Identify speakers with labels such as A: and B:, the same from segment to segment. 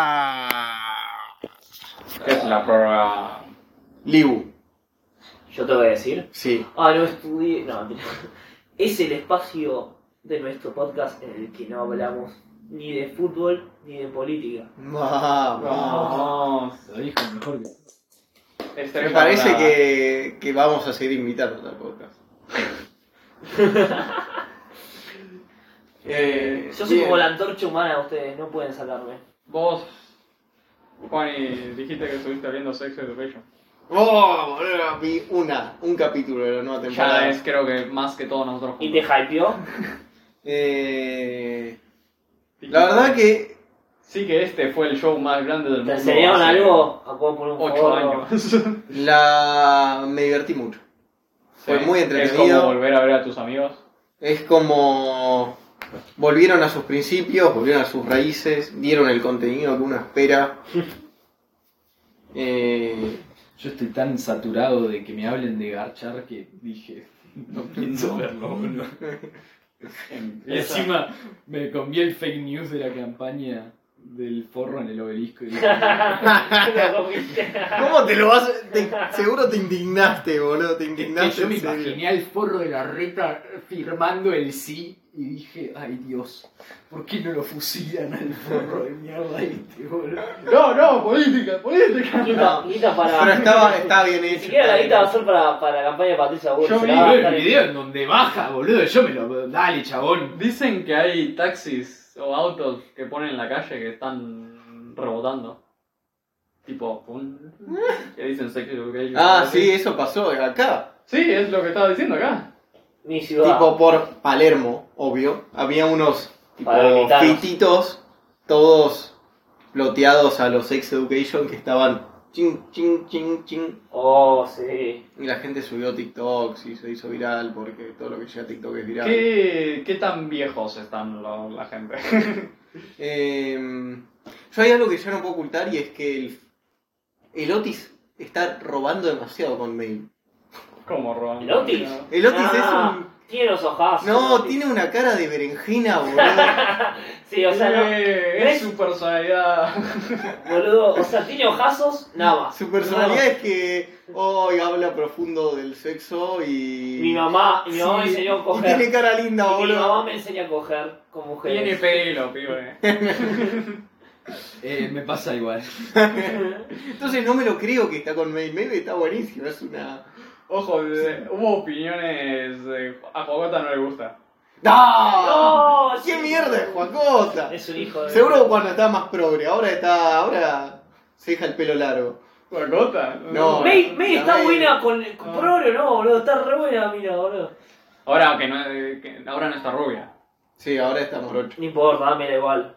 A: prórroga.
B: ¿Qué es la prórroga?
A: Liu,
C: Yo te voy a decir.
A: sí.
C: Ah, no estudié. No, mentira. Es el espacio de nuestro podcast en el que no hablamos ni de fútbol ni de política.
A: Vamos.
B: No.
D: Lo dijo mejor que.
B: Este
A: Me
B: es
A: parece
B: para-
A: que, que vamos a seguir invitando al podcast.
B: Eh,
C: Yo soy
A: Bien.
C: como la antorcha humana de ustedes, no pueden sacarme.
B: Vos, Juan, y dijiste que estuviste viendo Sex Education.
A: Oh, boludo, vi una, un capítulo de la nueva temporada.
B: Ya es, creo que más que todos nosotros.
C: ¿Y te hypeó?
A: Eh,
B: juntos.
A: la verdad que
B: Sí, que este fue el show más grande del
C: ¿Te
B: mundo.
C: enseñaron
B: hace
C: algo? ¿A cómo poner un
B: Ocho
C: forro?
B: años.
A: la me divertí mucho. Fue
B: Sí,
A: muy
B: Es
A: entretenido.
B: como volver a ver a tus amigos.
A: Es como volvieron a sus principios, volvieron a sus raíces, dieron el contenido que uno espera. Eh,
D: Yo estoy tan saturado de que me hablen de garchar que dije. No pienso verlo, boludo. Y
B: Empieza.
D: encima me comí el fake news de la campaña del forro en el obelisco y dije,
C: Te lo comiste.
A: ¿Cómo te lo vas? a- te- seguro te indignaste, boludo, te
D: Es
A: indignaste.
D: que yo me
A: en serio.
D: imaginé al forro de la reta firmando el sí y dije, ay Dios, ¿por qué no lo fusilan al forro de mierda este, boludo?
B: No, no, política, política.
C: Guita, guita para.
A: Pero estaba, estaba bien
C: Ni
A: hecho.
C: siquiera la
A: estaba
C: guita va a
A: bien
C: ser para, para la campaña de Patricia
B: Yo
C: Bull.
D: Yo
C: se
D: vi
C: la va a
D: el
C: gastar en-
D: video en donde baja, boludo, yo me lo... Dale, chabón.
B: Dicen que hay taxis o autos que ponen en la calle que están rebotando. Tipo, pum, que dicen Sex Education.
A: hecho. Ah, sí, eso pasó acá.
B: Sí, es lo que estaba diciendo acá.
C: Mi ciudad.
A: Tipo por Palermo, obvio. Había unos tipo
C: Palermitanos.
A: pititos, todos ploteados a los ex education que estaban ching, ching, ching, ching.
C: Oh, sí.
A: Y la gente subió TikToks y se hizo viral porque todo lo que llega a TikTok es viral.
B: ¿Qué, qué tan viejos están lo- la gente?
A: Eh, yo hay algo que yo no puedo ocultar y es que el, el Otis está robando demasiado con Mail.
B: ¿Cómo roban?
C: ¿El Otis?
A: El Otis
C: Ah,
A: es un.
C: Tiene los ojazos.
A: No,
C: Otis.
A: tiene una cara de berenjena, boludo.
C: Sí, o sea, no,
B: Eh, es su personalidad.
C: boludo. O sea, tiene ojazos, nada más.
A: Su personalidad es que hoy habla profundo del sexo y.
C: Mi mamá, mi mamá me
A: Sí,
C: enseñó a
A: y
C: coger.
A: tiene cara linda,
C: Y mi mamá
A: boludo.
C: me enseñó a coger con
B: Tiene
C: mujeres.
B: pelo, pibe.
D: Eh, me pasa igual.
A: Entonces no me lo creo que está con Mail. Mail está buenísimo, es una.
B: Ojo, eh, hubo opiniones. eh, a Jogota no le gusta.
A: ¡No!
C: ¡No!
A: Oh, ¡Qué
C: sí.
A: mierda es Juacota!
C: Es un hijo de.
A: Seguro cuando estaba más progre, ahora está. ahora se deja el pelo largo.
B: ¿Jogota?
A: No.
C: May, May
A: La
C: está
A: May-
C: buena con. con
B: Ah.
C: Progre, no, boludo. Está re buena, mira, boludo.
B: Ahora que no, eh, que ahora no está rubia.
A: Sí, ahora está morocho.
C: No importa, me da igual.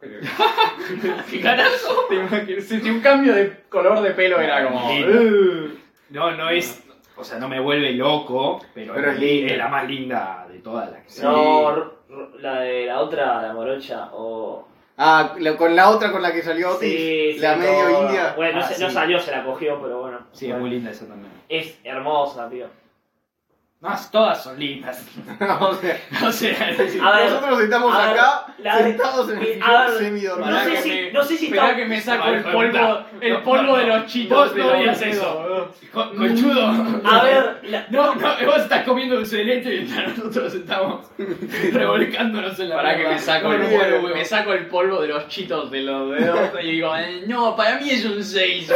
B: ¿Qué carajo? Te imaginas, Si, si un cambio de color de pelo era como. "Uh".
D: No, no es... O sea, no me vuelve loco, pero,
A: Pero es linda.
D: la más linda de todas las que se-
C: No, r- r- la de la otra, la morocha, o.
A: Ah, la- con la otra con la que salió Otis,
C: Sí, sí,
A: la medio
C: toda.
A: india.
C: Bueno, no,
D: Ah,
C: se- no
D: sí.
C: salió, se la cogió, pero bueno.
D: Sí, es muy linda esa también.
C: Es hermosa, tío.
D: No, todas son lindas.
A: o sea,
D: O sea,
C: A ver,
A: nosotros estamos
C: a ver,
A: acá
C: la-
A: sentados en el
C: eh, a ver,
A: semidormido.
C: no
B: Pará
C: sé
B: que
C: si-
B: me-
C: no sé si
B: Esperá
C: está-
B: que me saco
D: No,
B: el
D: no,
B: polvo,
D: no,
B: el
D: no,
B: polvo
D: no,
B: de
D: no.
B: los chitos.
D: Vos
B: de
D: no
B: la
D: harías
B: boca.
D: eso. Con- conchudo.
C: A ver, la-
D: No, no, vos estás comiendo dulce de leche mientras nosotros estamos revolcándonos en la
B: Para que
D: mierda.
B: me saco,
D: No
B: el
D: me muero,
B: polvo,
D: huevo.
B: me saco el polvo de los chitos de los dedos y digo, "Eh, no, para mí es un 6.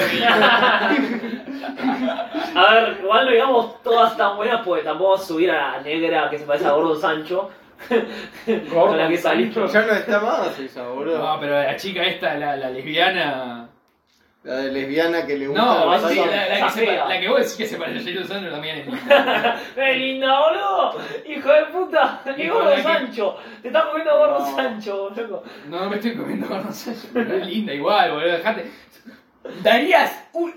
C: a ver, igual no digamos todas tan buenas porque tampoco vas a subir a la negra que se parece a Gordon Sancho. con la que salí.
A: Ya no está más esa, boludo.
D: No, pero la chica esta, la, la lesbiana.
A: La de lesbiana que le gusta.
D: No,
A: la
D: sí,
A: salsa.
D: la, la que se
C: fea.
D: pa- la que vos decís que se parece a Jay Lozano también es linda.
C: ¡Qué ¡Eh, linda, boludo! ¡Hijo de puta! ¡Qué
D: Hijo de
C: Gordon
D: que-
C: Sancho! ¡Te estás comiendo a Gordon
B: No.
C: Sancho, boludo!
D: No, no me estoy comiendo con Rosario, pero es linda igual, boludo, dejate. Darías un.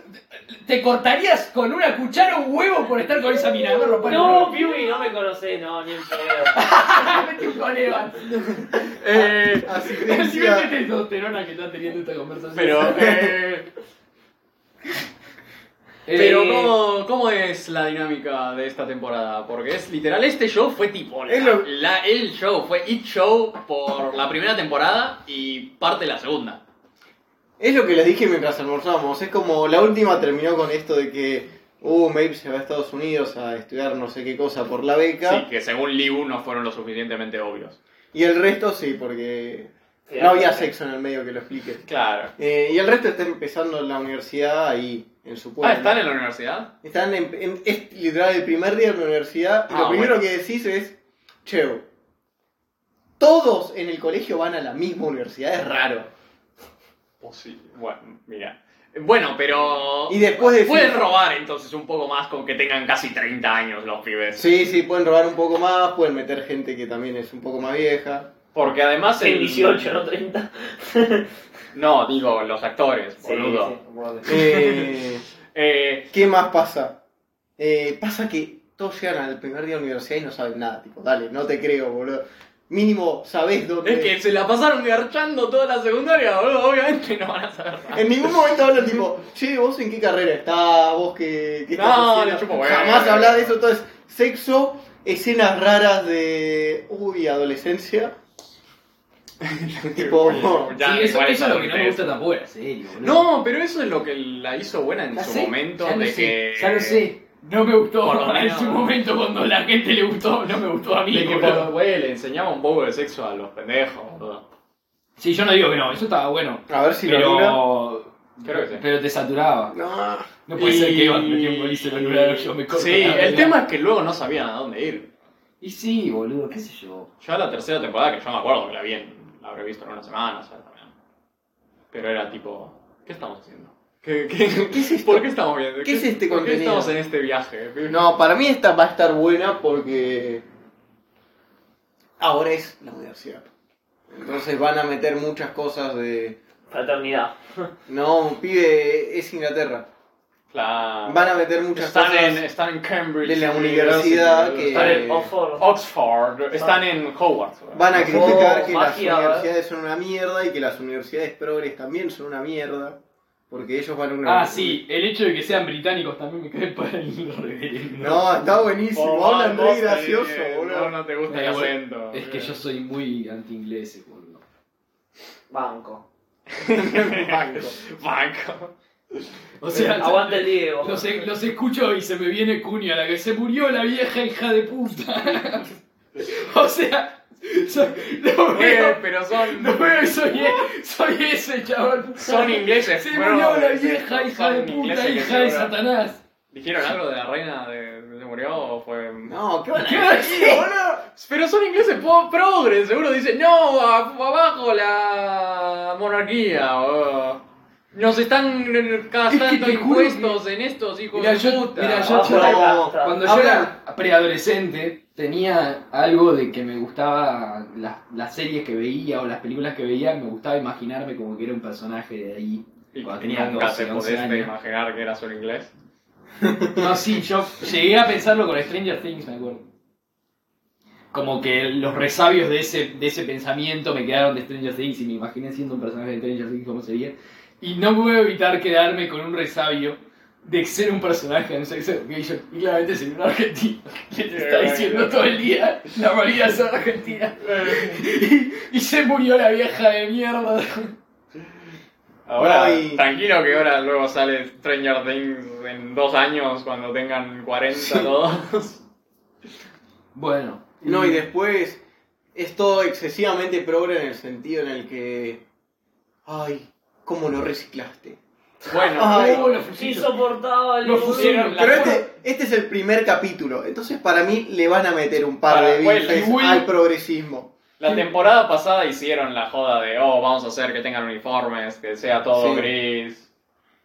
D: Te cortarías con una cuchara un huevo por estar con esa mina, no rompas el
C: No,
D: huevo.
C: Piwi, no me conocés, no, ni en pedo.
D: Vete un colega.
B: eh,
A: Así que
D: El nivel de
A: decía,
D: testosterona que está teniendo esta conversación.
B: pero, eh, Pero
D: Eh,
B: ¿cómo, ¿cómo es la dinámica de esta temporada? Porque es literal, este show fue tipo... La,
A: Es lo-
B: la- el show fue It Show por la primera temporada y parte de la segunda.
A: Es lo que les dije mientras almorzamos. Es como la última terminó con esto de que, uh, Maeve se va a Estados Unidos a estudiar no sé qué cosa por la beca.
B: Sí, que según Liu no fueron lo suficientemente obvios.
A: Y el resto sí, porque no había sexo en el medio que lo explique.
B: Claro.
A: Eh, y el resto está empezando en la universidad ahí, en su pueblo.
B: Ah, ¿están en la universidad?
A: Están en, en- es literal el primer día de la universidad. y
B: Ah,
A: lo primero
B: bueno.
A: que decís es, Cheo, todos en el colegio van a la misma universidad, es raro.
B: Posible. Bueno, mira. Eh, Bueno, pero...
A: Y después decís,
B: Pueden robar entonces un poco más con que tengan casi 30 años los pibes.
A: sí, sí, pueden robar un poco más, pueden meter gente que también es un poco más vieja.
B: Porque además el...
C: En 18, no 30.
B: No, digo, los actores, boludo.
A: Eh,
B: Eh,
A: ¿Qué más pasa? Eh, pasa que todos llegan al primer día de la universidad y no saben nada, tipo, dale, no te creo, boludo. Mínimo, sabés dónde...
B: es que se la pasaron garchando toda la secundaria, boludo. Obviamente no van a saber nada.
A: En ningún momento hablan tipo, che, vos en qué carrera estás, vos qué, qué estás
B: No,
A: haciendo?".
B: le chupo huevo.
A: Jamás hablas de eso, entonces, sexo, escenas raras de, uy, adolescencia. tipo,
B: Ya,
D: sí, eso,
B: igual
D: eso es lo que
B: es
D: no me gusta tampoco de la serie, boludo.
B: No, pero eso es lo que la hizo buena en
D: Ya
B: su
D: sé,
B: momento.
D: ¿Ah, ya lo
B: de
D: sé,
B: que,
D: Ya lo sé. No me gustó.
B: Por lo
D: en
B: menos.
D: su momento cuando la gente le gustó, no me gustó a mí.
B: De que,
D: boludo.
B: por- güey, le enseñaba un poco de sexo a los pendejos, boludo.
D: Sí, yo no digo que no, eso estaba bueno.
A: a ver si lo anula.
D: pero.
B: Creo que sí.
D: Pero te saturaba.
A: No.
D: No puede ser que
B: Y-
D: Iván que hice el anularon, yo me corto.
B: Sí,
D: la
B: el
D: verga.
B: tema es que luego no sabían a dónde ir.
D: Y sí, boludo, qué sé yo.
B: Ya la tercera temporada, que yo me acuerdo que la vi, en- la habré visto en una semana, o sea, también. Pero era tipo, ¿qué estamos haciendo? ¿Qué, qué,
A: es esto?
B: ¿Por qué estamos viendo?
A: ¿Qué es este
B: ¿Por
A: contenido?
B: qué estamos en este viaje?
A: No, para mí esta va a estar buena porque ahora es la universidad. Entonces van a meter muchas cosas de...
C: Fraternidad.
A: No, un pibe es Inglaterra.
B: La-
A: Van a meter muchas
B: están,
A: cosas...
B: en, están en Cambridge.
A: de la universidad
B: University,
A: que-
B: Están en
A: Eh,
C: Oxford.
B: Oxford. Están en Hogwarts.
A: Van a
C: Oh,
A: criticar que
C: magia,
A: las
C: ¿verdad?
A: universidades son una mierda y que las universidades progres también son una mierda. Porque ellos van a una.
D: Ah, sí, el hecho de que sean británicos también me cae para el reverendo.
A: No, está buenísimo.
B: Por
A: Hablan
B: vos,
A: re gracioso,
B: eh,
A: boludo.
B: No, no te gusta
D: Eh,
B: el
D: bueno,
B: acento.
D: Es que yo soy muy anti-inglés, boludo.
C: Banco.
A: Banco.
B: Banco.
D: O sea,
C: Aguante el Diego.
D: Los, e-, los escucho y se me viene cuña la que se murió la vieja hija de puta. o sea, soy- lo
B: Oye,
D: veo,
B: Eh, pero son.
D: lo veo y soy, e- soy ese chabón.
B: Son ingleses.
D: Se
B: bro.
D: murió la vieja hija
B: Son
D: de puta,
B: ingleses que
D: hija de
B: seguro-
D: Satanás.
B: ¿Dijeron algo de la reina de que se murió o fue.?
A: No, ¿qué van a
D: ¿Qué
A: decir,
D: haces?
A: boludo?
B: Pero son ingleses po- progres, seguro dicen, no, a- abajo la monarquía. o- nos están eh, gastando
D: te juro
B: impuestos en estos hijos
D: Mira,
B: de
D: yo-
B: puta.
D: mira, yo-
C: Abajo la casta.
D: Cuando yo
A: Ahora-
D: era preadolescente tenía algo de que me gustaba las, las series que veía o las películas que veía, me gustaba imaginarme como que era un personaje de ahí.
B: Y
D: Cuando tenía
B: nunca
D: 12,
B: se
D: 11
B: podés
D: años.
B: imaginar que era solo inglés.
D: No, sí, yo llegué a pensarlo con Stranger Things, me acuerdo. Como que los resabios de ese, de ese pensamiento me quedaron de Stranger Things y me imaginé siendo un personaje de Stranger Things como sería. Y no puedo evitar quedarme con un resabio de ser un personaje de un sex education. Y claramente soy un argentino que te está diciendo todo el día la mayoría son argentinas. Eh, Y, y se murió la vieja de mierda.
B: Ahora,
A: No, y-
B: tranquilo que ahora luego sale Stranger Things en dos años cuando tengan 40 todos.
D: Bueno.
B: Mm.
A: No, y después es todo excesivamente progre en el sentido en el que. Ay, ¿cómo lo reciclaste?
B: Bueno,
A: Ay,
D: Oh, lo fusilo.
C: Insoportable.
D: Los
C: boludo.
D: pusieron
B: La
A: Pero
B: forma-
A: este, este es el primer capítulo, entonces para mí le van a meter un par
B: Para-
A: de
B: bueno,
A: bifes
D: y Will-
A: al progresismo.
B: La temporada pasada hicieron la joda de, oh, vamos a hacer que tengan uniformes, que sea todo
A: Sí.
B: gris.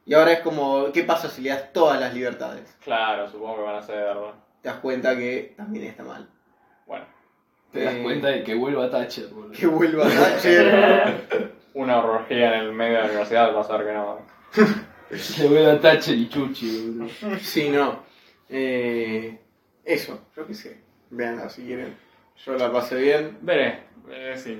A: Y ahora es como, ¿qué pasa si le das todas las libertades?
B: Claro, supongo que van a ser, ¿no?
A: Te das cuenta que también está mal.
B: bueno,
D: Te das
A: Eh,
D: cuenta de que vuelva a Thatcher, boludo.
A: Que vuelva a ser.
B: una orgía en el medio de la universidad va a ser que no.
D: Se vuelva a Thatcher y Chuchi, boludo.
A: sí, no. Eh, eso, yo qué sé. Veanla si quieren. Yo la pasé bien.
B: Veré, veré si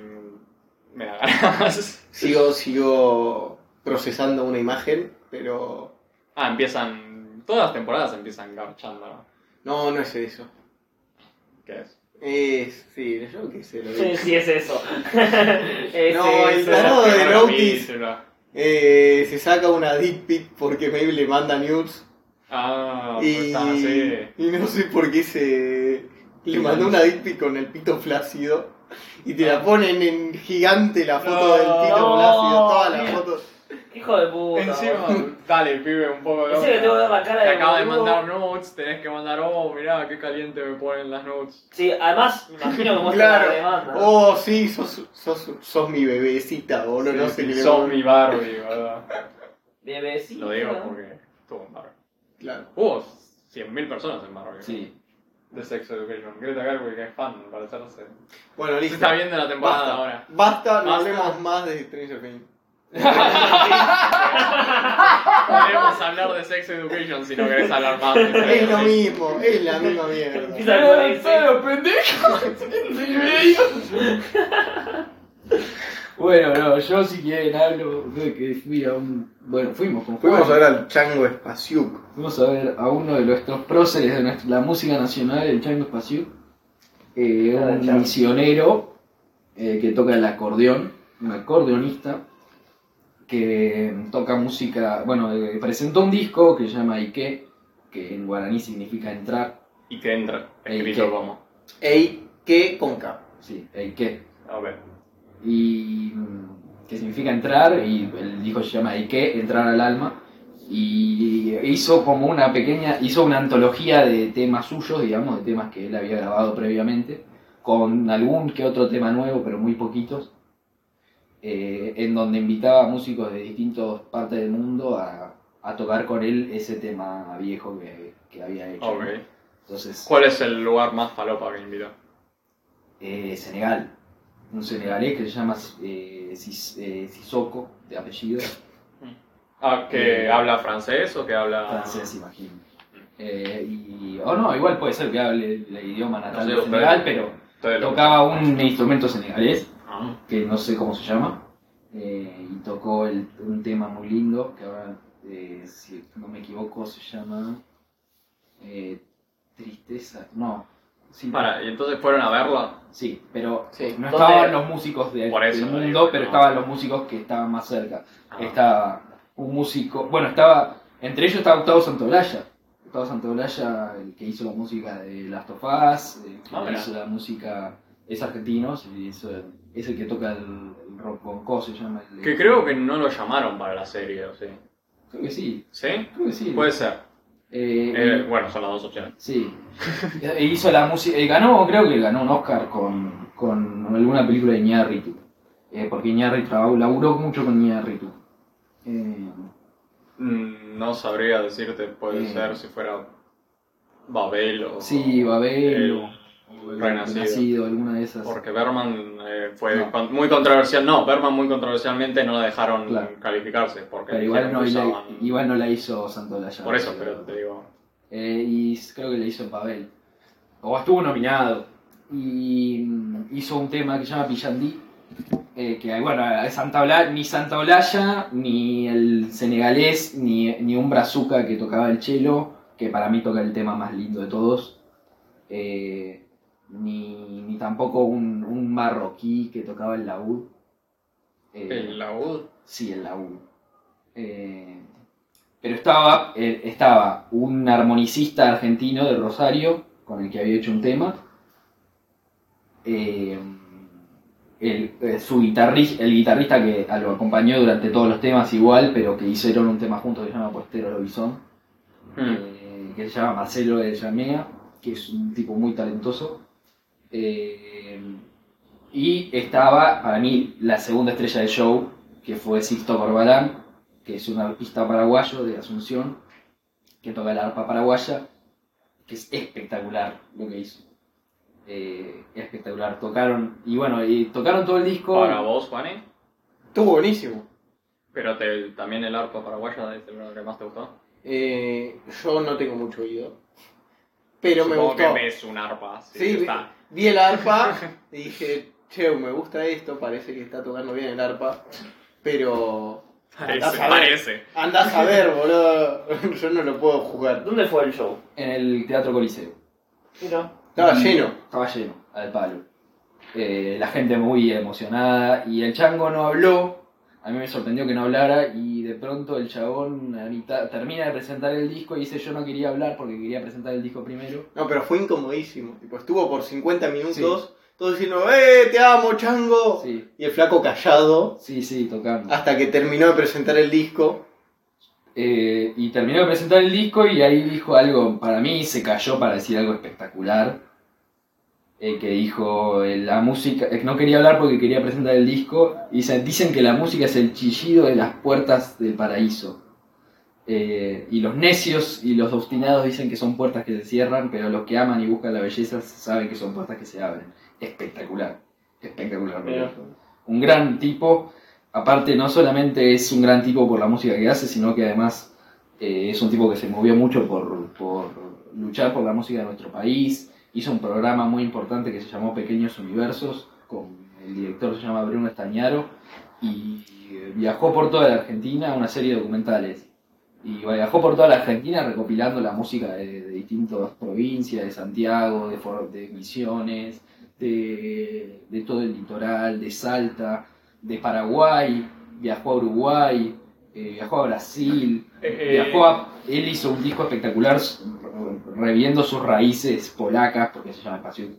B: me da ganas.
A: Sigo, sigo procesando una imagen, pero
B: Ah, empiezan Todas las temporadas empiezan garchando, ¿no?
A: No, no es eso.
B: ¿Qué es?
A: Es. Sí, yo qué sé, lo
C: Sí,
A: dije.
C: sí, es eso. Es
A: No, el
C: eso.
A: tarado de
B: Bueno,
A: Rowkis
B: píselo.
A: eh, se saca una dick pic porque Maeve le manda nudes.
B: Ah, pues
A: y,
B: está así.
A: y no sé por qué se. Le mandó una dick pic con el pito flácido. Y te la ponen en gigante la foto
B: No.
A: del pito
C: No.
A: flácido, todas las fotos.
C: Qué Hijo de puta.
B: Encima,
C: boludo.
B: dale, pibe, un poco de
C: Encima le tengo que
B: onda.
C: dar la cara
B: Te
C: de.
B: acaba de
C: boludo.
B: mandar notes, tenés que mandar, oh, mirá, qué caliente me ponen las notes.
C: Sí, además, me imagino cómo está la demanda.
A: Claro. Oh, sí, sos, sos, sos mi bebecita, boludo. no sé qué le
B: Sos
A: pongo.
B: mi Barbie, ¿verdad?
C: Bebecito.
B: Lo digo porque estuvo en Barbie.
A: Claro.
B: Hubo 100.000 personas en Barbie.
D: Sí.
B: De Sex Education. Greta Garbo que es fan, al parecerse.
A: Bueno,
B: Se
A: listo.
B: está viendo la temporada
A: Basta.
B: ahora.
A: Basta, no
B: Basta.
A: hablemos más de Stranger Things.
B: Podemos hablar de Sex Education si no querés hablar más. de Sex
A: Es lo
B: Education.
A: mismo, es la misma mierda.
C: Empieza a morirse.
D: ¡Pero pendejo! Bueno, no, yo si quieren hablo de que fui a un. Bueno, fuimos con Juan.
A: Fuimos a ver al Chango Espaciuc.
D: Fuimos a ver a uno de nuestros próceres de nuestra- la música nacional, el Chango Espacio, eh,
C: Ah,
D: un
C: Chango.
D: misionero eh, que toca el acordeón, un acordeonista que toca música, bueno, eh, presentó un disco que se llama Ike, que en guaraní significa entrar,
B: Y que entra,
D: Ey,
B: escrito
D: ¿qué?
B: como.
A: Ey, que con K.
D: sí, Ike,
B: A ver.
D: y mm, que significa entrar, y el disco se llama Ike, entrar al alma, y hizo como una pequeña, hizo una antología de temas suyos, digamos, de temas que él había grabado previamente, con algún que otro tema nuevo, pero muy poquitos, eh, en donde invitaba a músicos de distintas partes del mundo a, a tocar con él ese tema viejo que, que había hecho.
B: Ok.
D: ¿no? Entonces,
B: ¿Cuál es el lugar más falopa que invitó?
D: eh, Senegal. Un senegalés que se llama eh, Sis- eh, Sissoko, de apellido.
B: Ah, ¿que
D: Eh,
B: habla francés o que habla...?
D: francés, imagino. Eh, y, o no, igual puede ser que hable el idioma natal
B: sé,
D: de
B: ustedes-
D: Senegal, pero
B: Ustedes lo-
D: tocaba un instrumento senegalés,
B: Ah.
D: que no sé cómo se llama, eh, y tocó el- un tema muy lindo, que ahora, eh, si no me equivoco, se llama eh, Tristeza, no. Sí,
B: Para, y entonces fueron a verla.
D: sí, pero
A: Sí.
C: ¿Dónde?
D: no estaban los músicos de,
B: Por eso
D: del
B: lo
D: mundo,
B: digo,
D: pero
B: no. Ah.
D: estaban los músicos que estaban más cerca. Estaba un músico, bueno, estaba, entre ellos estaba Gustavo Santaolalla. Gustavo Santaolalla, el que hizo la música de Last of Us, el que
B: Ah, mira.
D: hizo la música, es argentino, se hizo- es el que toca el, el roconcó, se llama. el-
B: Que creo que no lo llamaron para la serie, ¿o sí?
D: Creo que sí,
B: ¿Sí?
D: creo que sí.
B: Puede ser.
D: Eh,
B: Eh, bueno, son las dos opciones.
D: Sí. E hizo la música. eh, ganó, creo que ganó un Oscar con, con alguna película de Iñárritu. Eh, porque Iñárritu trabajó- laburó mucho con Iñárritu. Eh,
B: Mm, No sabría decirte, puede
D: Eh.
B: ser si fuera Babel o...
D: sí, Babel. o- o el
B: Renacido.
D: Renacido, alguna de esas.
B: Porque Berman eh, fue
D: No.
B: con- muy controversial. No, Berman muy controversialmente no la dejaron
D: Claro.
B: calificarse. Porque
D: Pero igual no,
B: dijeron que
D: la,
B: usaban-
D: igual no la hizo Santolaya.
B: Por eso, pero te digo...
D: Eh, y creo que le hizo en Babel. O estuvo nominado. Y mm, hizo un tema que se llama Pillandí. eh, que bueno, eh, Santa Ola- ni Santa Olalla, ni el senegalés, ni, ni un brazuca que tocaba el cello, que para mí toca el tema más lindo de todos, eh, ni, ni tampoco un, un marroquí que tocaba el laúd. Eh,
B: El laúd.
D: Sí, en la U. Eh, pero estaba, eh, estaba un armonicista argentino de Rosario, con el que había hecho un tema. Eh, el, eh, su guitarri- el guitarrista que lo acompañó durante todos los temas igual, pero que hicieron un tema juntos que se llama Postero Lobizón
B: Mm.
D: eh, que se llama Marcelo de Llamea, que es un tipo muy talentoso. Eh, y estaba, para mí, la segunda estrella del show, que fue Sixto Corbalán, que es un artista paraguayo de Asunción, que toca la arpa paraguaya, que es espectacular lo que hizo. Eh, espectacular, tocaron, y bueno, y tocaron todo el disco.
B: Para vos, Juani.
A: Estuvo buenísimo.
B: Pero te- también el arpa paraguaya es el que más te gustó.
A: Eh, yo no tengo mucho oído. Pero me
B: Supongo
A: gustó.
B: que ves un arpa.
A: Sí,
B: Sí, está.
A: Vi el arpa y dije, che, me gusta esto, parece que está tocando bien el arpa. Pero Andás a ver.
B: parece.
A: Andás a ver, boludo. Yo no lo puedo jugar.
C: ¿Dónde fue el show?
D: En el Teatro Coliseo.
C: Mira.
A: Estaba
D: Y
A: lleno.
D: Estaba lleno, al palo. Eh, la gente muy emocionada y el chango no habló. A mí me sorprendió que no hablara y de pronto el chabón a mitad- termina de presentar el disco y dice yo no quería hablar porque quería presentar el disco primero.
A: No, pero fue incomodísimo. Tipo, estuvo por 50 minutos. Todos diciendo, ¡eh! ¡Te amo, chango!
D: Sí,
A: Y el flaco callado.
D: sí, sí, tocando.
A: Hasta que terminó de presentar el disco.
D: Eh, y terminó de presentar el disco y ahí dijo algo, para mí se cayó para decir algo espectacular. eh, que dijo eh, la música, eh, no quería hablar porque quería presentar el disco. Y dice- dicen que la música es el chillido de las puertas del paraíso. Eh, y los necios y los obstinados dicen que son puertas que se cierran, pero los que aman y buscan la belleza saben que son puertas que se abren. Espectacular, espectacular. Roberto un gran tipo. Aparte, no solamente es un gran tipo por la música que hace, sino que además eh, es un tipo que se movió mucho por, por luchar por la música de nuestro país. Hizo un programa muy importante que se llamó Pequeños Universos, con el director se llama Bruno Estañaro, y eh, viajó por toda la Argentina, una serie de documentales. Y viajó por toda la Argentina recopilando la música de, de distintas provincias, de Santiago, de, For- de Misiones, de, de todo el litoral, de Salta, de Paraguay, viajó a Uruguay, eh, viajó a Brasil,
B: Eh,
D: viajó a- Él hizo un disco espectacular s- reviendo sus raíces polacas, porque se llama Espacio,
B: Mm.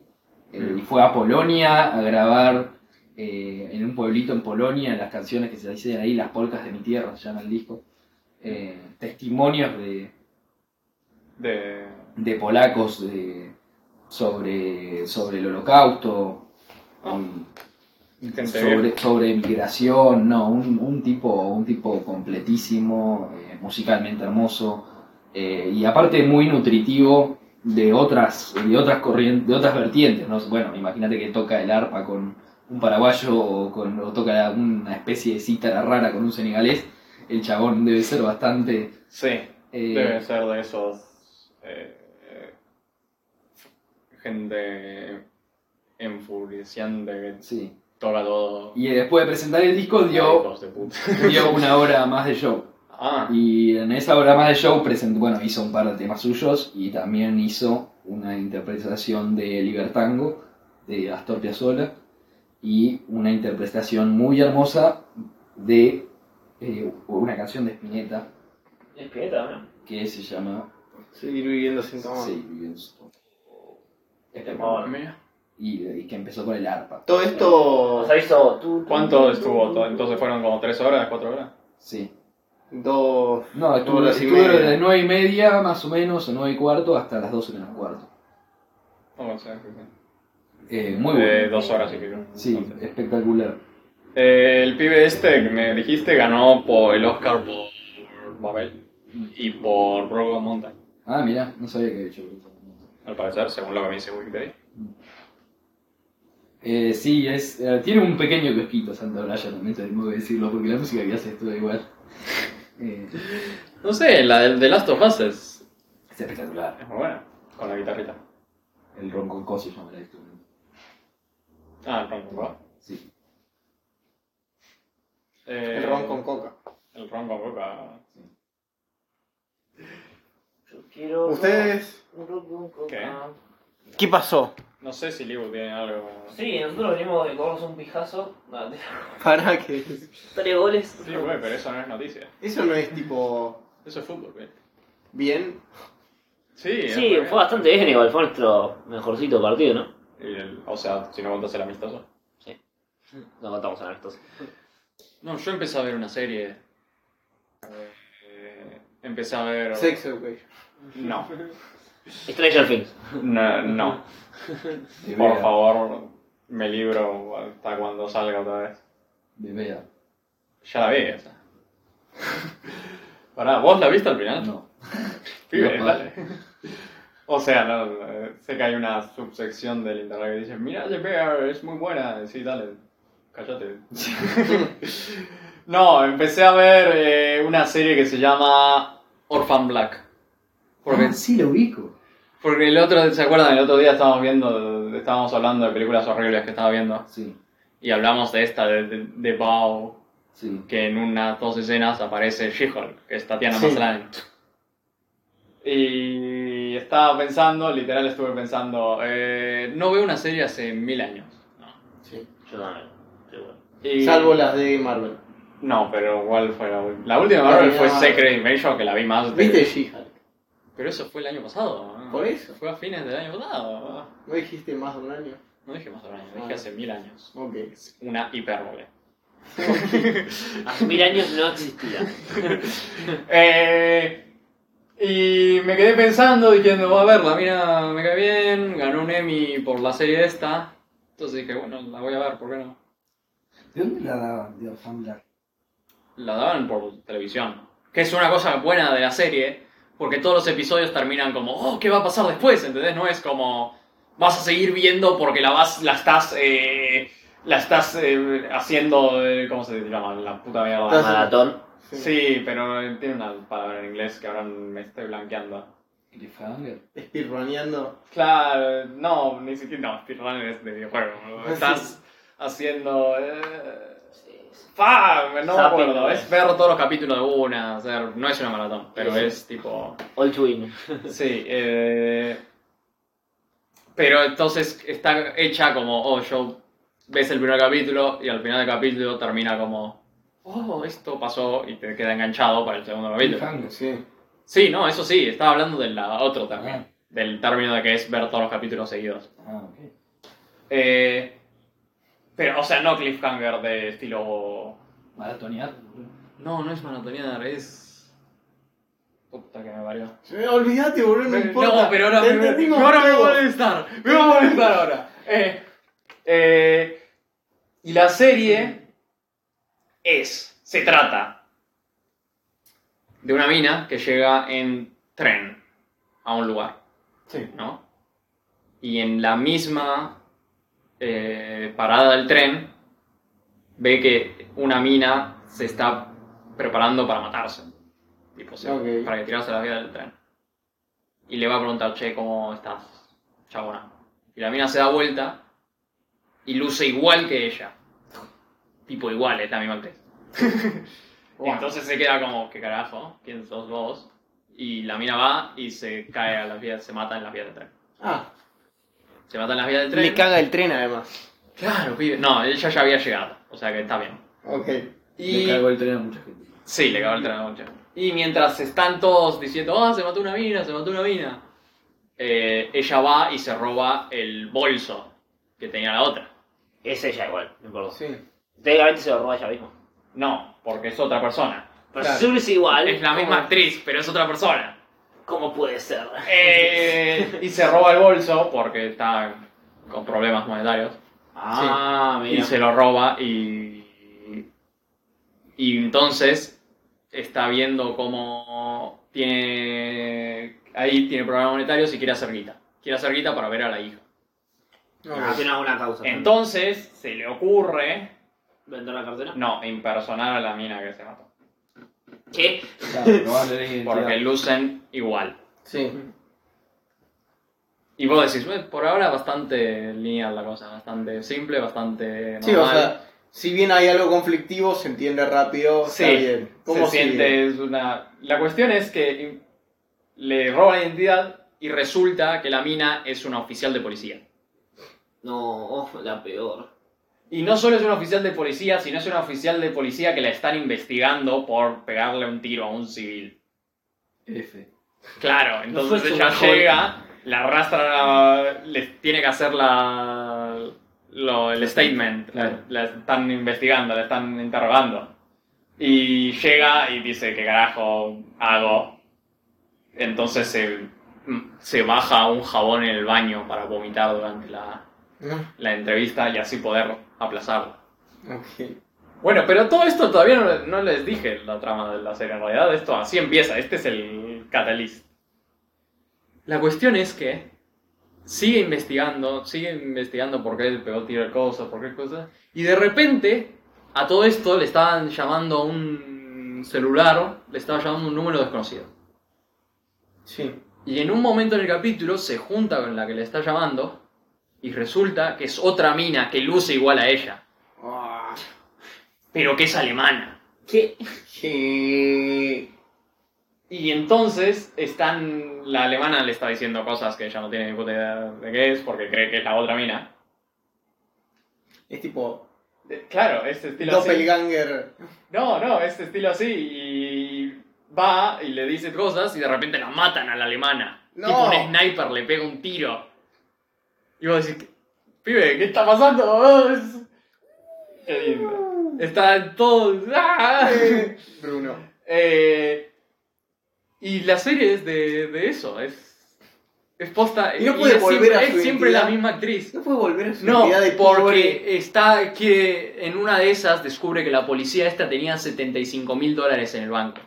D: eh, y fue a Polonia a grabar eh, en un pueblito en Polonia las canciones que se dicen ahí, las polcas de mi tierra, se llama el disco, eh, testimonios de,
B: de...
D: de polacos de- sobre, sobre el holocausto, um,
B: Gente
D: sobre, sobre migración, no, un, un tipo, un tipo completísimo, eh, musicalmente hermoso, eh, y aparte muy nutritivo de otras, de otras corrientes, de otras vertientes, ¿no? Bueno, imagínate que toca el arpa con un paraguayo o, con, o toca una especie de cítara rara con un senegalés, el chabón debe ser bastante
B: Sí,
D: eh,
B: deben ser de esos... eh, eh, gente enfureciente que
D: sí.
B: toca todo.
D: Y después de presentar el disco dio
B: Hijos de puta.
D: dio una hora más de show.
B: Ah,
D: Y en esa hora más de show presentó, bueno, hizo un par de temas suyos y también hizo una interpretación de Libertango de Astor Piazzolla y una interpretación muy hermosa de eh, una canción de Spinetta
C: Espineta, ¿no?
D: que se llama
A: Seguir viviendo sin tomar.
D: Sí, bien, supongo.
C: Espineta.
B: mira.
D: y, y que empezó con el arpa.
A: Todo
C: O
A: esto.
C: sea, hizo tú.
B: ¿Cuánto estuvo? to- Entonces fueron como 3 horas, 4 horas.
D: Sí.
A: Dos.
D: No, estuvo,
A: Horas y
D: estuvo
A: media.
D: desde nueve y media más o menos, o nueve y cuarto, hasta las 12 menos cuarto.
B: No, o sea, que-
D: Eh, muy bueno.
B: de 2 horas y pico.
D: Sí,
B: Entonces.
D: espectacular.
B: Eh, el pibe este que me dijiste ganó por el Oscar por Babel y por Rogue Mountain.
D: Ah, mirá, no sabía que había hecho.
B: Al parecer, según lo que me dice Wikipedia.
D: Eh, sí, es, eh, tiene un pequeño kiosquito Santa Olalla también, tengo que decirlo, porque la música que hace es toda igual. Eh,
E: No sé, la del The Last of Us es-
D: es espectacular.
B: Es muy buena. Con la guitarrita.
D: El ronco se llama el instrumento.
B: Ah, el ron con coca.
D: Sí.
B: Eh,
A: El ron con coca.
B: El ron con coca.
C: Yo quiero.
A: ¿Ustedes?
C: un rock, un coca.
B: ¿Qué?
A: ¿Qué pasó?
B: No sé si Libu tiene algo.
C: Sí, nosotros venimos de comernos un pijazo. No, de-
A: Para que.
C: Tres goles.
B: Sí, güey, pero eso no es noticia.
A: Eso no es tipo.
B: Eso es fútbol, güey.
A: Bien.
B: Sí, es
C: Sí,
B: muy
C: fue bastante bien igual, fue nuestro mejorcito partido, ¿no?
B: bien. Y el- O sea, si no contas el amistoso.
C: No contamos a estos.
B: No, yo empecé a ver una serie. Eh, empecé a ver.
A: Sex Education.
B: No.
C: Stranger Things.
B: No, no.
D: De
B: Por
D: Bea,
B: favor, me libro hasta cuando salga otra vez.
D: De Bea.
B: Ya la vi esa. Pará, ¿vos la viste al final?
D: No.
B: Pibe,
D: No,
B: dale. O sea, no, eh, sé que hay una subsección del internet que dice, mira, The Bear es muy buena. Sí, dale, cállate. no, empecé a ver eh, una serie que se llama Orphan Black. Porque
D: Ah, sí, lo ubico.
B: Porque el otro, ¿se acuerdan? El otro día estábamos viendo, estábamos hablando de películas horribles que estaba viendo.
D: Sí.
B: Y hablamos de esta, de, de, de Bao.
D: Sí.
B: que en unas dos escenas aparece She-Hulk, que es Tatiana
A: Sí.
B: Maslany. Y estaba pensando, literal estuve pensando, eh, no veo una serie hace mil años.
A: Sí.
F: Yo también. Pero bueno.
B: Y-
A: Salvo las de Marvel.
B: No, pero igual fue la, ul- la última Marvel
A: La
B: fue
A: última
B: Secret Invasion, que la vi más. de-
A: ¿Viste She-Hulk?
B: Pero eso fue el año pasado. ¿no?
A: Por eso.
B: Fue a fines del año pasado. ¿no?
A: ¿No dijiste más de un año?
B: No dije más de un año, dije
A: Ah.
B: hace mil años.
A: Ok.
B: Es una hipérbole.
F: Hace mil años no existía.
B: Eh, y me quedé pensando, diciendo, va a verla, mira, me cae bien, ganó un Emmy por la serie esta. Entonces dije, bueno, la voy a ver, ¿por qué no?
G: ¿De dónde la daban de Orphan Black?
B: La daban por televisión. Que es una cosa buena de la serie, porque todos los episodios terminan como, oh, ¿qué va a pasar después? ¿Entendés? No es como, vas a seguir viendo porque la vas, la estás, eh, la estás eh, haciendo, eh, ¿cómo se llama? La puta mierda.
A: Estás-
F: Maratón.
B: Sí, pero eh, tiene una palabra en inglés que ahora me estoy blanqueando.
D: Cliffhanger.
A: Speedruneando.
B: Claro, no, ni siquiera, no, speedrunner es de videojuego. ¿no?
F: Pues
B: Estás haciendo... Eh... fa, No me
F: Zapping,
B: acuerdo,
F: ¿no?
B: es ver todos los capítulos de una, hacer- no es una maratón, pero
F: Sí, sí.
B: es tipo...
F: All to win.
B: Sí, eh, pero entonces está hecha como, oh, yo ves el primer capítulo y al final del capítulo termina como, oh, esto pasó y te queda enganchado para el segundo capítulo.
D: Cliffhanger.
A: Sí.
B: Sí, no, eso sí, estaba hablando del la- otro término.
D: Ah.
B: Del término de que es ver todos los capítulos seguidos.
D: Ah, ok.
B: Eh, pero, o sea, no cliffhanger de estilo.
D: Maratonear.
B: No, no es maratonear, es. Puta que me parió.
A: Eh, Olvídate, boludo, no importa.
B: No, pero ahora
A: Te
B: me,
A: entendimos
B: ahora me
A: todo.
B: voy a molestar. Me voy a molestar ahora. Eh, eh, y la serie es, se trata de una mina que llega en tren a un lugar.
A: Sí.
B: ¿no? Y en la misma eh, parada del tren ve que una mina se está preparando para matarse. Tipo, se-
A: Ok.
B: para que tirarse a la vida del tren. Y le va a preguntar, che, ¿cómo estás, chabona? Y la mina se da vuelta y luce igual que ella. Tipo, igual, es la misma actriz. Y Entonces se queda como, ¿qué carajo? ¿Quién sos vos? Y la mina va y se cae a las vías, se mata en las vías del tren.
A: Ah,
B: Se mata en las vías del tren.
A: le caga el tren además.
B: Claro, pibe. No, ella ya había llegado. O sea que está bien.
A: Ok.
B: Y...
D: Le cagó el tren a mucha gente.
B: Sí, le cagó el tren a la concha. Y mientras están todos diciendo, ah, se mató una mina, se mató una mina, eh, ella va y se roba el bolso que tenía la otra.
F: Es ella igual, no importa.
A: Sí.
F: Técnicamente se lo roba ella misma.
B: No, porque es otra persona.
F: Pero
A: Claro.
F: Sue es igual.
B: Es la
F: ¿cómo-
B: misma actriz, pero es otra persona.
F: ¿Cómo puede ser?
B: Eh, y se roba el bolso porque está con problemas monetarios.
F: Ah,
B: Y
F: mira.
B: se lo roba y. Y entonces está viendo cómo tiene. Ahí tiene problemas monetarios y quiere hacer guita. Quiere hacer guita para ver a la hija.
F: Ah, tiene alguna causa.
B: Entonces se le ocurre.
F: ¿Vender la cartera?
B: No, impersonar a la mina que se mató.
F: ¿Qué?
D: Claro, robarle la identidad.
B: Porque lucen igual.
A: Sí.
B: Y vos decís, "Bueno, por ahora bastante lineal la cosa, bastante simple, bastante normal.
A: Sí, o sea, si bien hay algo conflictivo, se entiende rápido,
B: Sí,
A: está bien. ¿Cómo
B: se
A: sigue?
B: siente es una... La cuestión es que in- le roba la identidad y resulta que la mina es una oficial de policía.
F: No, la peor.
B: Y no solo es una oficial de policía, sino es una oficial de policía que la están investigando por pegarle un tiro a un civil.
D: F.
B: Claro,
F: No
B: entonces
F: fue su
B: ella
F: mejor.
B: llega, la arrastra, les tiene que hacer la, lo- el statement.
D: Claro.
B: La están investigando, la están interrogando. Y llega y dice, ¿qué carajo hago? Entonces se, se baja un jabón en el baño para vomitar durante la,
A: Ah,
B: la entrevista y así poder aplazarla.
A: ok.
B: Bueno, pero todo esto todavía no, no les dije la trama de la serie. En realidad, esto así empieza. Este es el catalyst. La cuestión es que sigue investigando, sigue investigando por qué le pegó tiro el coso, por qué cosa. Y de repente, a todo esto le estaban llamando a un celular, le estaba llamando un número desconocido.
A: Sí.
B: Y en un momento en el capítulo se junta con la que le está llamando y resulta que es otra mina que luce igual a ella.
A: Ah,
B: pero que es alemana.
C: ¿Qué?
A: Sí.
B: Y entonces están. La alemana le está diciendo cosas que ella no tiene ni puta idea de qué es porque cree que es la otra mina.
A: Es tipo.
B: De- Claro, este estilo así.
A: Doppelganger.
B: No, no, este estilo así. Y va y le dice cosas y de repente la matan a la alemana.
A: No.
B: Tipo un sniper le pega un tiro. Y vos decís, pibe, ¿qué está pasando? Ah, es- Qué lindo. Está todo. ¡Ah!
A: Bruno.
B: Eh, y la serie es de, de eso, es, es posta.
A: Y no puede
B: es
A: volver
B: siempre,
A: a su
B: es siempre
A: identidad.
B: la misma actriz.
A: No puede volver a su
B: No,
A: identidad de pobre.
B: porque está que en una de esas descubre que la policía esta tenía 75 mil dólares en el banco.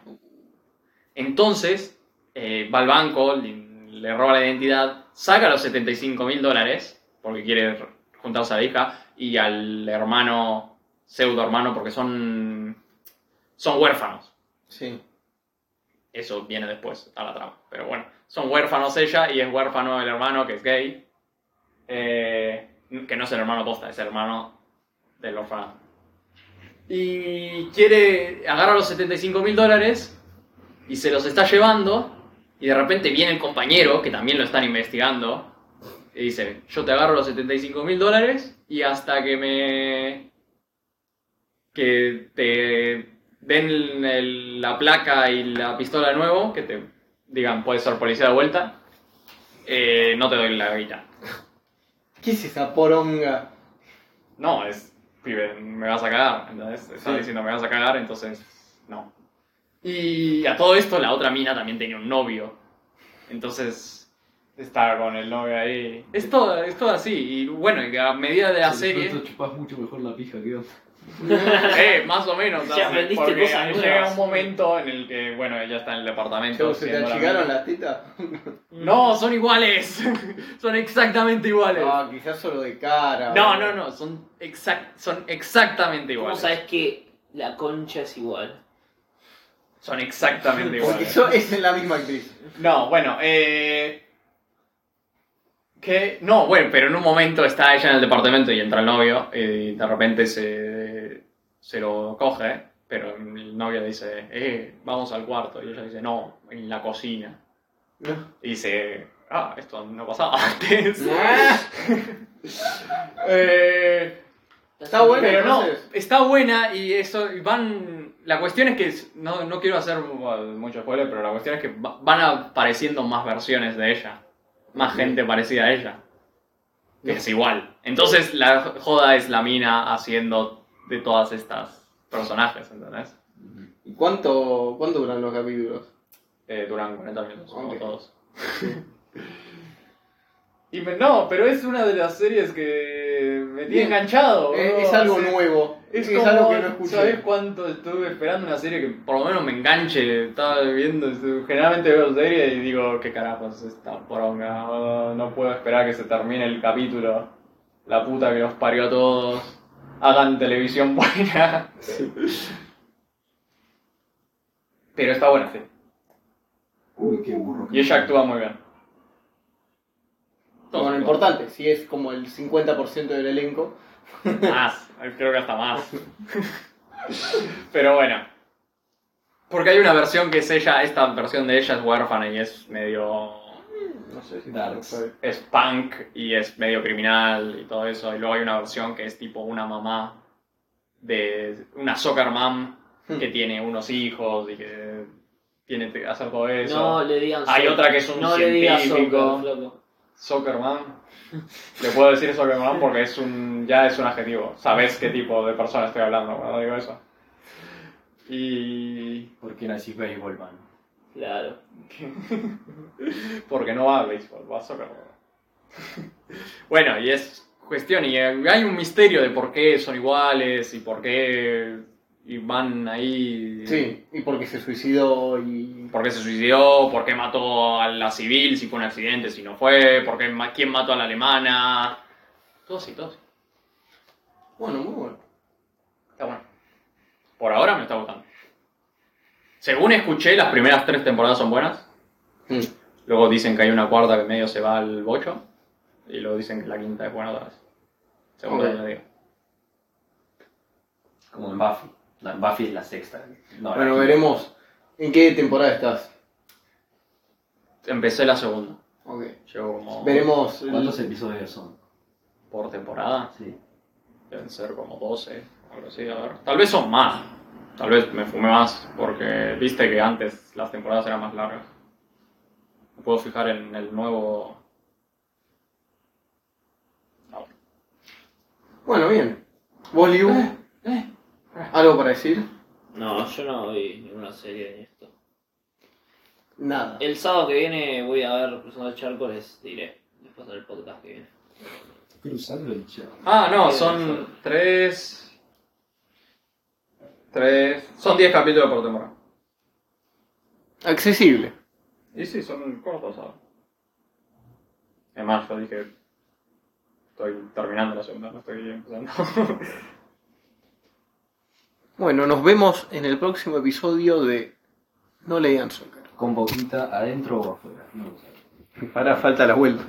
B: Entonces, eh, va al banco, le, le roba la identidad, saca los 75 mil dólares, porque quiere juntarse a la hija, y al hermano, pseudo hermano, porque son, son huérfanos.
A: Sí.
B: Eso viene después a la trama. Pero bueno, son huérfanos ella y es huérfano el hermano que es gay. Eh, que no es el hermano posta, es el hermano del orfanato. Y quiere, agarra los 75 mil dólares y se los está llevando. Y de repente viene el compañero, que también lo están investigando, y dice, yo te agarro los 75 mil dólares y hasta que me... que te den el- el- la placa y la pistola de nuevo, que te digan, puedes ser policía de vuelta, eh, no te doy la guita.
A: ¿Qué es esa poronga?
B: No, es, pibe, me vas a cagar, ¿entendés? Está
A: Sí.
B: diciendo, me vas a cagar, entonces, no. Y a todo esto, la otra mina también tenía un novio. Entonces, estaba con el novio ahí. Es todo, es todo así. Y bueno, y a medida de la
D: Si de
B: serie...
D: pronto chupás mucho mejor la pija que vos.
B: Eh, más o menos.
C: Ya
B: así,
C: aprendiste
B: porque
C: cosas
B: llega
C: nuevas.
B: un momento en el que, bueno, ella está en el departamento.
A: ¿Se te
B: siendo la
A: achicaron
B: mina.
A: las tetas?
F: Mm,
B: No, son iguales. son exactamente iguales.
A: Ah, quizás solo de cara.
B: No,
A: o-
B: no, no, son, exact, son exactamente
C: ¿Cómo
B: iguales.
C: sabes que la concha es igual?
B: Son exactamente
A: Porque
B: iguales.
A: yo es la misma actriz.
B: No, bueno, eh... Que... No, bueno, pero en un momento está ella en el departamento y entra el novio y de repente se, se lo coge, pero el novio le dice, eh, vamos al cuarto. Y ella dice, no, en la cocina.
A: No.
B: Y dice, ah, esto no pasaba antes.
A: Ah,
B: Eh,
A: Está bueno,
B: pero no,
A: entonces.
B: está buena y eso, y van... La cuestión es que, es- no, no quiero hacer uh, mucho spoiler, pero la cuestión es que va- van apareciendo más versiones de ella. Más gente parecida a ella. Que es igual. Entonces la joda es la mina haciendo de todas estas personajes, ¿entendés?
A: ¿Y cuánto, cuánto duran los capítulos?
B: Eh, duran 40 minutos, como
A: Ok.
B: todos. y me- no, pero es una de las series que me tiene enganchado.
A: Es,
B: boludo.
A: Eh, es algo
B: Hace-
A: nuevo. Es,
B: Oh, Es, como,
A: algo que no escuché.
B: ¿Sabes cuánto estuve esperando una serie que por lo menos me enganche? Estaba viendo, este, generalmente veo series y digo, qué carajos esta poronga, boludo? no puedo esperar que se termine el capítulo. La puta que los parió a todos. Hagan televisión buena. Pero está buena, sí.
G: Uy, qué burro.
B: Y ella actúa muy bien.
A: Bueno, lo importante, si es como el 50% del elenco.
B: Más, creo que hasta más. Pero bueno. Porque hay una versión que es ella, esta versión de ella es huérfana y es medio...
A: No sé si
D: Darks.
B: es punk y es medio criminal y todo eso. Y luego hay una versión que es tipo una mamá de una soccer mom que tiene unos hijos y que tiene que hacer todo eso.
C: No le digan
B: Hay
C: so-
B: otra que es un
C: No le digas
B: científico.
C: so- flaco.
B: Soccerman. Le puedo decir Soccerman porque es un, ya es un adjetivo. Sabes qué tipo de persona estoy hablando cuando digo eso. Y.
D: Porque nací béisbol, man.
C: Claro.
B: Porque no va a béisbol, va a soccer. bueno, y es cuestión. Y eh, hay un misterio de por qué son iguales y por qué. Y van ahí.
A: Sí, y porque se suicidó y.
B: ¿Por qué se suicidó? ¿Por qué mató a la civil? Si fue un accidente, si no fue. ¿Por qué, ma- ¿Quién mató a la alemana? Todo así, todo así.
A: Bueno, muy bueno.
B: Está bueno. Por ahora me está gustando. Según escuché, las primeras tres temporadas son buenas.
A: Mm.
B: Luego dicen que hay una cuarta que medio se va al bocho. Y luego dicen que la quinta es buena otra vez. Según
A: Ok.
B: lo que me digo.
D: Como en Buffy. La, Buffy es la sexta. No, la
A: Bueno,
D: quinta.
A: veremos. ¿En qué temporada estás?
B: Empecé la segunda.
A: Ok.
B: Llevo como.
A: Veremos. el-
D: ¿Cuántos episodios son?
B: Por temporada.
D: Sí.
B: Deben ser como 12. o Algo así, a ver. Tal vez son más. Tal vez me fumé más. Porque viste que antes las temporadas eran más largas. Me puedo fijar en el nuevo.
A: Bueno, bien. ¿Vos, Liu? ¿Algo para decir?
F: No, yo no vi ninguna serie ni esto.
A: Nada.
C: Eh.
F: El sábado que viene voy a ver Cruzando el Charco, les diré. Después del podcast que viene.
D: Cruzando el charco.
B: Ah, no, son 3. 3. Son 10 capítulos por temporada.
A: Accesible.
B: Y sí, son cortos ahora. Es más, yo dije. Estoy terminando la segunda, no estoy empezando.
A: Bueno, nos vemos en el próximo episodio de No leían soccer.
D: Con boquita adentro o afuera. No lo sé.
A: Ahora falta la vuelta.